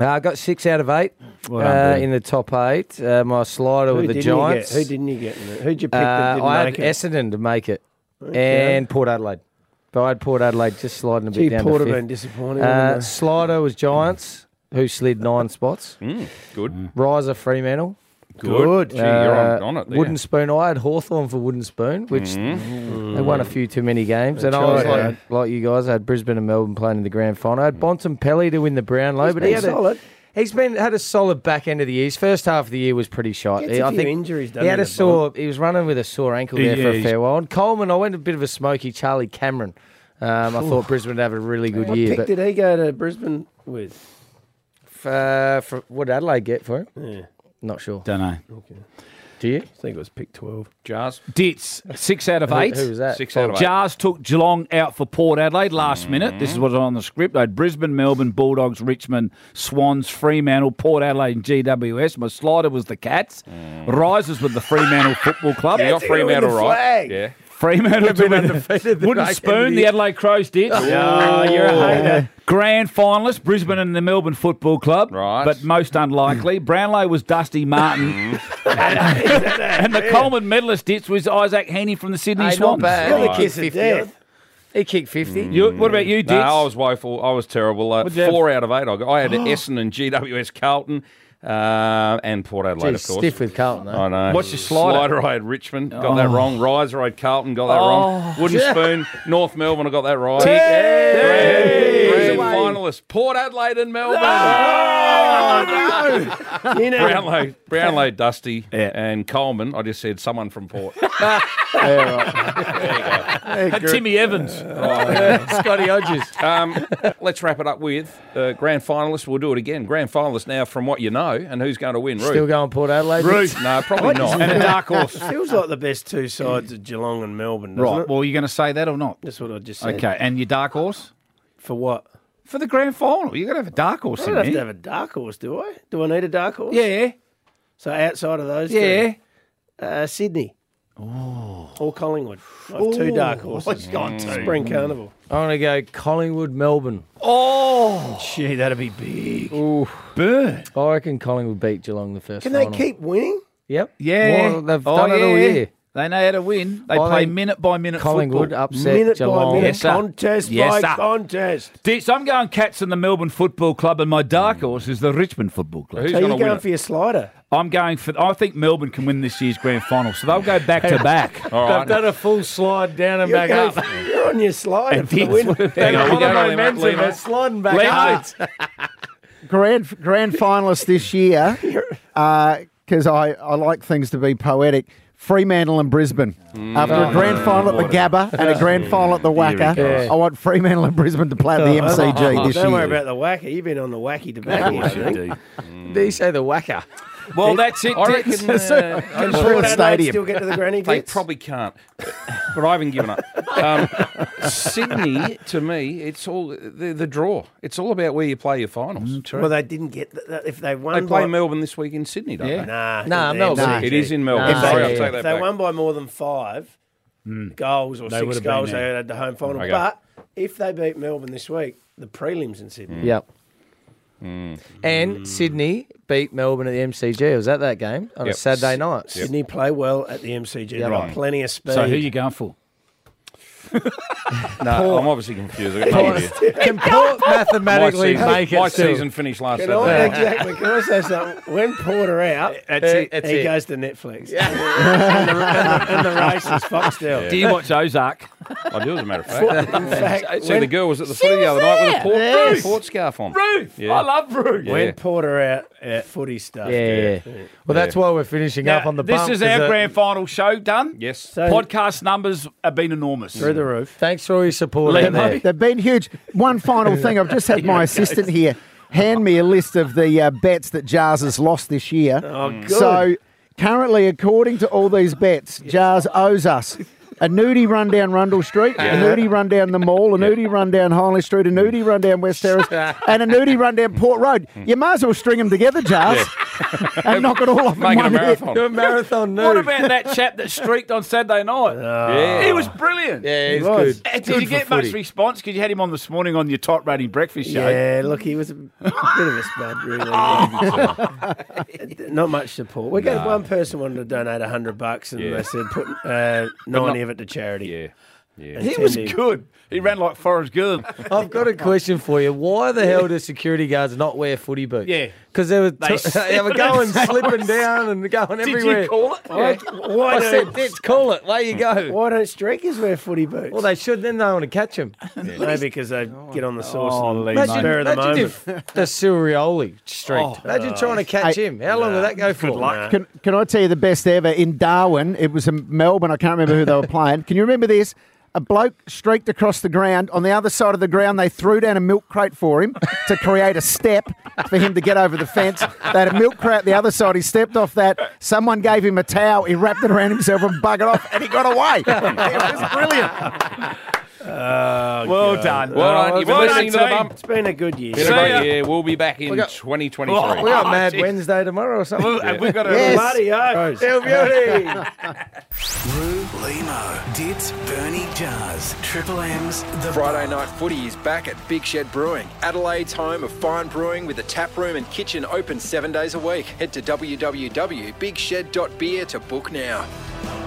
[SPEAKER 6] Uh, I got six out of eight
[SPEAKER 1] Well done,
[SPEAKER 6] uh,
[SPEAKER 1] Burn.
[SPEAKER 6] in the top eight. Uh, my slider
[SPEAKER 5] Who
[SPEAKER 6] with the
[SPEAKER 5] didn't you get?
[SPEAKER 6] Giants.
[SPEAKER 5] Who didn't you get? In there? Who'd you pick that
[SPEAKER 6] Uh,
[SPEAKER 5] didn't
[SPEAKER 6] I had
[SPEAKER 5] make it?
[SPEAKER 6] Essendon to make it, and Port Adelaide. But I had Port Adelaide just sliding a bit
[SPEAKER 5] Gee,
[SPEAKER 6] down
[SPEAKER 5] Port
[SPEAKER 6] to
[SPEAKER 5] have
[SPEAKER 6] fifth.
[SPEAKER 5] been disappointed.
[SPEAKER 6] Uh,
[SPEAKER 5] wouldn't
[SPEAKER 6] slider was Giants, who slid nine spots.
[SPEAKER 2] Mm, good.
[SPEAKER 6] Riser Fremantle.
[SPEAKER 2] Good. Gee, you're on, on it there.
[SPEAKER 6] Wooden Spoon. I had Hawthorn for Wooden Spoon, which
[SPEAKER 2] Mm.
[SPEAKER 6] they won a few too many games. and I was
[SPEAKER 5] right,
[SPEAKER 6] like, like you guys, I had Brisbane and Melbourne playing in the grand final. I had
[SPEAKER 2] Mm.
[SPEAKER 6] Bontempelli to win the Brownlow, but
[SPEAKER 5] been
[SPEAKER 6] he had
[SPEAKER 5] solid.
[SPEAKER 6] A, he's been had a solid back end of the year. His first half of the year was pretty shot.
[SPEAKER 5] Gets a
[SPEAKER 6] I
[SPEAKER 5] few
[SPEAKER 6] think
[SPEAKER 5] injuries,
[SPEAKER 6] he
[SPEAKER 5] doesn't
[SPEAKER 6] had
[SPEAKER 5] he,
[SPEAKER 6] a
[SPEAKER 5] the
[SPEAKER 6] sore. He was running with a sore ankle there
[SPEAKER 1] Yeah,
[SPEAKER 6] for a
[SPEAKER 1] he's-
[SPEAKER 6] fair while. And Coleman, I went a bit of a smoky Charlie Cameron. Um, I thought Brisbane would have a really good
[SPEAKER 5] What
[SPEAKER 6] year,
[SPEAKER 5] pick
[SPEAKER 6] but
[SPEAKER 5] did he go to Brisbane with?
[SPEAKER 6] uh, for, what did Adelaide get for him?
[SPEAKER 5] Yeah.
[SPEAKER 6] Not sure.
[SPEAKER 1] Don't know.
[SPEAKER 6] Do you?
[SPEAKER 5] I think it was pick 12.
[SPEAKER 2] Jars.
[SPEAKER 1] Dits, six out of
[SPEAKER 6] Who-
[SPEAKER 1] eight.
[SPEAKER 6] Who was that?
[SPEAKER 2] Six out of eight.
[SPEAKER 1] Jars took Geelong out for Port Adelaide last minute. This is what's on the script. They had Brisbane, Melbourne, Bulldogs, Richmond, Swans, Fremantle, Port Adelaide, and GWS. My slider was the Cats. Rises with the Fremantle Football Club.
[SPEAKER 2] You got Fremantle right. Yeah.
[SPEAKER 1] Fremantle to win
[SPEAKER 6] undefeated the
[SPEAKER 1] Wooden
[SPEAKER 6] back end of
[SPEAKER 1] Spoon,
[SPEAKER 6] the
[SPEAKER 1] the
[SPEAKER 6] year.
[SPEAKER 1] Adelaide Crows did.
[SPEAKER 5] you're
[SPEAKER 1] Oh.
[SPEAKER 5] a hater.
[SPEAKER 1] Grand finalists, Brisbane and the Melbourne Football Club.
[SPEAKER 2] Right.
[SPEAKER 1] But most unlikely. Brownlow was Dusty Martin. and the Coleman medalist ditch was Isaac Heaney from the Sydney
[SPEAKER 6] Hey, not
[SPEAKER 1] Swans.
[SPEAKER 6] bad.
[SPEAKER 5] You're the
[SPEAKER 6] He
[SPEAKER 5] kiss
[SPEAKER 6] kicked
[SPEAKER 5] of death.
[SPEAKER 6] 50. He kicked 50.
[SPEAKER 1] You, what about you, Ditch?
[SPEAKER 2] No, I was woeful. I was terrible. Uh,
[SPEAKER 1] What'd you have?
[SPEAKER 2] four out of eight. I, got. I had Essendon, GWS, Carlton, uh, and Port Adelaide,
[SPEAKER 6] Geez,
[SPEAKER 2] of course.
[SPEAKER 6] stiff with Carlton, though.
[SPEAKER 2] I know.
[SPEAKER 1] What's your slider? Oh.
[SPEAKER 2] Slider, I had Richmond. Got that wrong. Riser, I had Carlton. Got that wrong. Wooden Spoon, North Melbourne. I got that right. Grand, grand finalists, Port Adelaide and Melbourne.
[SPEAKER 5] You know,
[SPEAKER 2] Brownlow, Brownlow, Dusty,
[SPEAKER 1] Yeah.
[SPEAKER 2] and Coleman. I just said someone from Port.
[SPEAKER 1] and Timmy Evans.
[SPEAKER 6] Scotty Hodges.
[SPEAKER 2] Um, let's wrap it up with uh, grand finalists. We'll do it again. Grand finalists now from what you know and who's going to win. Roo.
[SPEAKER 6] Still going Port Adelaide.
[SPEAKER 2] No, probably not.
[SPEAKER 1] and a dark horse.
[SPEAKER 5] feels like the best two sides of Geelong and Melbourne, doesn't
[SPEAKER 1] Right.
[SPEAKER 5] it?
[SPEAKER 1] Well, you're going to say that or not?
[SPEAKER 5] That's what I just said.
[SPEAKER 1] Okay. And your dark horse?
[SPEAKER 5] For what?
[SPEAKER 1] For the grand final. You're going to have a dark horse
[SPEAKER 5] I
[SPEAKER 1] in
[SPEAKER 5] don't have to
[SPEAKER 1] there.
[SPEAKER 5] have a dark horse, do I? Do I need a dark horse?
[SPEAKER 1] Yeah.
[SPEAKER 5] So outside of those
[SPEAKER 1] Yeah.
[SPEAKER 5] two, uh, Sydney. Oh. Or Collingwood. I have two dark horses. Spring Carnival.
[SPEAKER 6] I'm going to go Collingwood, Melbourne.
[SPEAKER 1] Oh.
[SPEAKER 5] Gee, that'd be big.
[SPEAKER 1] Burn.
[SPEAKER 6] I reckon Collingwood beat Geelong the first
[SPEAKER 5] Can they
[SPEAKER 6] final.
[SPEAKER 5] keep winning?
[SPEAKER 6] Yep.
[SPEAKER 1] Yeah.
[SPEAKER 6] Well, they've
[SPEAKER 1] Oh,
[SPEAKER 6] done it all
[SPEAKER 1] yeah.
[SPEAKER 6] year.
[SPEAKER 1] They know how to win. They
[SPEAKER 6] I
[SPEAKER 1] play
[SPEAKER 6] think
[SPEAKER 1] minute by minute
[SPEAKER 6] Collingwood
[SPEAKER 1] football.
[SPEAKER 6] upset
[SPEAKER 5] minute
[SPEAKER 6] Geelong.
[SPEAKER 5] by minute.
[SPEAKER 1] Yes, sir.
[SPEAKER 5] contest
[SPEAKER 1] Yes,
[SPEAKER 5] by
[SPEAKER 1] sir.
[SPEAKER 5] contest.
[SPEAKER 1] Ditch, I'm going Cats and the Melbourne Football Club, and my
[SPEAKER 6] Hmm.
[SPEAKER 1] dark horse is the Richmond Football Club.
[SPEAKER 2] Who's
[SPEAKER 5] So
[SPEAKER 2] going to
[SPEAKER 5] you're
[SPEAKER 2] win?
[SPEAKER 5] going
[SPEAKER 2] it?
[SPEAKER 5] for your slider.
[SPEAKER 1] I'm going for. I think Melbourne can win this year's grand final, so they'll go back to back.
[SPEAKER 2] All right.
[SPEAKER 6] a full slide down and
[SPEAKER 5] You're, going for- you're on your slider for the
[SPEAKER 1] did.
[SPEAKER 5] win.
[SPEAKER 2] Hang on,
[SPEAKER 6] Got a
[SPEAKER 2] we
[SPEAKER 6] lot
[SPEAKER 2] go,
[SPEAKER 6] of
[SPEAKER 2] Lemo,
[SPEAKER 6] momentum.
[SPEAKER 2] Lemo.
[SPEAKER 6] It's sliding back
[SPEAKER 1] Lemo.
[SPEAKER 6] upwards.
[SPEAKER 7] grand grand finalists this year because I, I like things to be poetic. Fremantle and Brisbane.
[SPEAKER 5] Mm.
[SPEAKER 7] After
[SPEAKER 5] Oh,
[SPEAKER 7] a grand final at the Gabba and a grand final at the Wacker, I want Fremantle and Brisbane to play at
[SPEAKER 5] Uh,
[SPEAKER 7] the MCG this
[SPEAKER 5] Don't
[SPEAKER 7] year.
[SPEAKER 5] worry about the wacky. You've been on the wacky
[SPEAKER 1] Yes,
[SPEAKER 5] debate.
[SPEAKER 1] you do.
[SPEAKER 6] They say the whacker.
[SPEAKER 1] Well, that's it,
[SPEAKER 2] I
[SPEAKER 1] Ditch.
[SPEAKER 2] reckon uh,
[SPEAKER 5] Can
[SPEAKER 7] Full
[SPEAKER 5] Port Adelaide
[SPEAKER 7] stadium.
[SPEAKER 5] still get to the granny
[SPEAKER 2] they
[SPEAKER 5] pits?
[SPEAKER 2] probably can't. But I haven't given up. Um, Sydney, to me, it's all the, the draw. It's all about where you play your finals.
[SPEAKER 5] Well, they didn't get th- th- if they
[SPEAKER 2] They
[SPEAKER 5] won.
[SPEAKER 2] play
[SPEAKER 5] by,
[SPEAKER 2] Melbourne this week in Sydney, don't
[SPEAKER 1] Yeah.
[SPEAKER 5] Nah,
[SPEAKER 6] Nah,
[SPEAKER 5] it's
[SPEAKER 6] Melbourne.
[SPEAKER 5] MCG.
[SPEAKER 2] they? It is in Melbourne.
[SPEAKER 6] Nah.
[SPEAKER 2] Sorry, I'll
[SPEAKER 6] Yeah,
[SPEAKER 2] take
[SPEAKER 6] yeah.
[SPEAKER 2] that
[SPEAKER 5] If
[SPEAKER 2] back. Hmm.
[SPEAKER 5] they won by more than five goals or six
[SPEAKER 1] would've been
[SPEAKER 5] goals, they
[SPEAKER 1] there.
[SPEAKER 5] had the home final.
[SPEAKER 2] Okay.
[SPEAKER 5] But if they beat Melbourne this week, the prelims in
[SPEAKER 2] Hmm. Mm.
[SPEAKER 5] Sydney.
[SPEAKER 6] Yep. And
[SPEAKER 1] Mm.
[SPEAKER 6] Sydney beat Melbourne at the MCG. Was that that game on
[SPEAKER 2] Yep.
[SPEAKER 6] a Saturday night?
[SPEAKER 5] Sydney play well at the MCG. They've got
[SPEAKER 6] right.
[SPEAKER 5] plenty of speed.
[SPEAKER 1] So who you going for?
[SPEAKER 2] No, I'm obviously confused. I've got no idea.
[SPEAKER 6] Can Port
[SPEAKER 2] My
[SPEAKER 6] mathematically
[SPEAKER 2] season,
[SPEAKER 6] make it
[SPEAKER 2] my
[SPEAKER 6] still?
[SPEAKER 2] season finished last
[SPEAKER 5] Can I,
[SPEAKER 2] Saturday.
[SPEAKER 5] exactly. Can I say something? When Porter out,
[SPEAKER 6] That's it. That's
[SPEAKER 5] he
[SPEAKER 6] it.
[SPEAKER 5] goes to Netflix. and, the, and, the, and the race is Foxtel.
[SPEAKER 1] Do you watch Ozark?
[SPEAKER 2] I do, as a matter of
[SPEAKER 5] For-
[SPEAKER 2] fact.
[SPEAKER 5] In fact,
[SPEAKER 2] See, the
[SPEAKER 5] when,
[SPEAKER 2] girl was at the footy the other night with a port,
[SPEAKER 1] Yes.
[SPEAKER 2] port scarf on.
[SPEAKER 1] Ruth,
[SPEAKER 2] Yeah.
[SPEAKER 1] I love Ruth.
[SPEAKER 2] Yeah.
[SPEAKER 5] when Porter out, uh, footy stuff.
[SPEAKER 6] Yeah, yeah. Well, that's why we're finishing
[SPEAKER 1] Now,
[SPEAKER 6] up on the
[SPEAKER 1] this
[SPEAKER 6] bump,
[SPEAKER 1] is
[SPEAKER 6] 'cause,
[SPEAKER 1] our
[SPEAKER 6] uh,
[SPEAKER 1] grand final show done.
[SPEAKER 2] Yes.
[SPEAKER 5] So-
[SPEAKER 1] Podcast numbers have been enormous.
[SPEAKER 5] Through the roof.
[SPEAKER 6] Thanks for all your support out
[SPEAKER 1] Lemo.
[SPEAKER 6] there.
[SPEAKER 7] They've been huge. One final thing. I've just had my assistant here hand me a list of the uh, bets that Jars has lost this year.
[SPEAKER 5] Oh, good.
[SPEAKER 7] So Currently, according to all these bets, Jars owes us a nudie run down Rundle Street, a nudie run down the mall, a nudie run down Highland Street, a nudie run down West Terrace, and a nudie run down Port Road. You may as well string them together, Jars, and knock it all off in
[SPEAKER 2] Making a
[SPEAKER 7] one hit.
[SPEAKER 2] marathon.
[SPEAKER 6] a marathon
[SPEAKER 1] What about that chap that streaked on Saturday night? He was brilliant.
[SPEAKER 6] Yeah, he's
[SPEAKER 7] was.
[SPEAKER 6] good.
[SPEAKER 1] Uh, Did you get much response? Because you had him on this morning on your top rating breakfast show.
[SPEAKER 5] Yeah, look, he was a bit of a spud, really. Not much support. We got one person wanted to donate hundred bucks, and they said put uh, ninety of it to charity.
[SPEAKER 2] Yeah.
[SPEAKER 1] He was good. He ran like Forrest Gump.
[SPEAKER 6] I've got a question for you. Why the hell do security guards not wear footy boots?
[SPEAKER 1] Yeah.
[SPEAKER 6] because they were
[SPEAKER 1] They
[SPEAKER 6] they were
[SPEAKER 1] slip
[SPEAKER 6] going
[SPEAKER 1] and
[SPEAKER 6] slipping down and going
[SPEAKER 1] Did
[SPEAKER 6] everywhere.
[SPEAKER 1] you call it?
[SPEAKER 5] Why
[SPEAKER 6] I
[SPEAKER 5] don't
[SPEAKER 6] said, let's call it. There you go.
[SPEAKER 5] Why don't streakers wear footy boots?
[SPEAKER 6] Well, they Oh, should. Then they want to catch him.
[SPEAKER 5] Maybe because they get on the source
[SPEAKER 2] Oh,
[SPEAKER 5] and
[SPEAKER 1] Lee,
[SPEAKER 5] imagine,
[SPEAKER 1] mate.
[SPEAKER 5] spur of the
[SPEAKER 6] imagine
[SPEAKER 5] moment.
[SPEAKER 6] if the Sirioli streaked. imagine trying to catch
[SPEAKER 7] Hey,
[SPEAKER 6] him. How long would that go for?
[SPEAKER 5] luck.
[SPEAKER 7] Can, can I tell you the best ever in Darwin? It was in Melbourne. I can't remember who they were playing. Can you remember this? A bloke streaked across the ground. On the other side of the ground, they threw down a milk crate for him to create a step for him to get over the fence. They had a milk crate the other side. He stepped off that. Someone gave him a towel. He wrapped it around himself and buggered off, and he got away. It was brilliant.
[SPEAKER 1] Well done.
[SPEAKER 2] Well done.
[SPEAKER 1] Well done,
[SPEAKER 2] You've been listening to the
[SPEAKER 1] team.
[SPEAKER 2] bump.
[SPEAKER 5] It's been a good year.
[SPEAKER 2] Been a
[SPEAKER 1] See
[SPEAKER 2] great
[SPEAKER 1] ya.
[SPEAKER 2] year. We'll be back in 2023.
[SPEAKER 6] We got
[SPEAKER 1] Oh,
[SPEAKER 6] Mad
[SPEAKER 1] geez.
[SPEAKER 6] Wednesday tomorrow or something.
[SPEAKER 1] Well, and we've got a
[SPEAKER 5] Bloody oath.
[SPEAKER 3] Rue Limo, Dits, Bernie Jars, Triple M's, The
[SPEAKER 4] Friday night footy is back at Big Shed Brewing, Adelaide's home of fine brewing with a tap room and kitchen open seven days a week. Head to www.bigshed.beer to book now.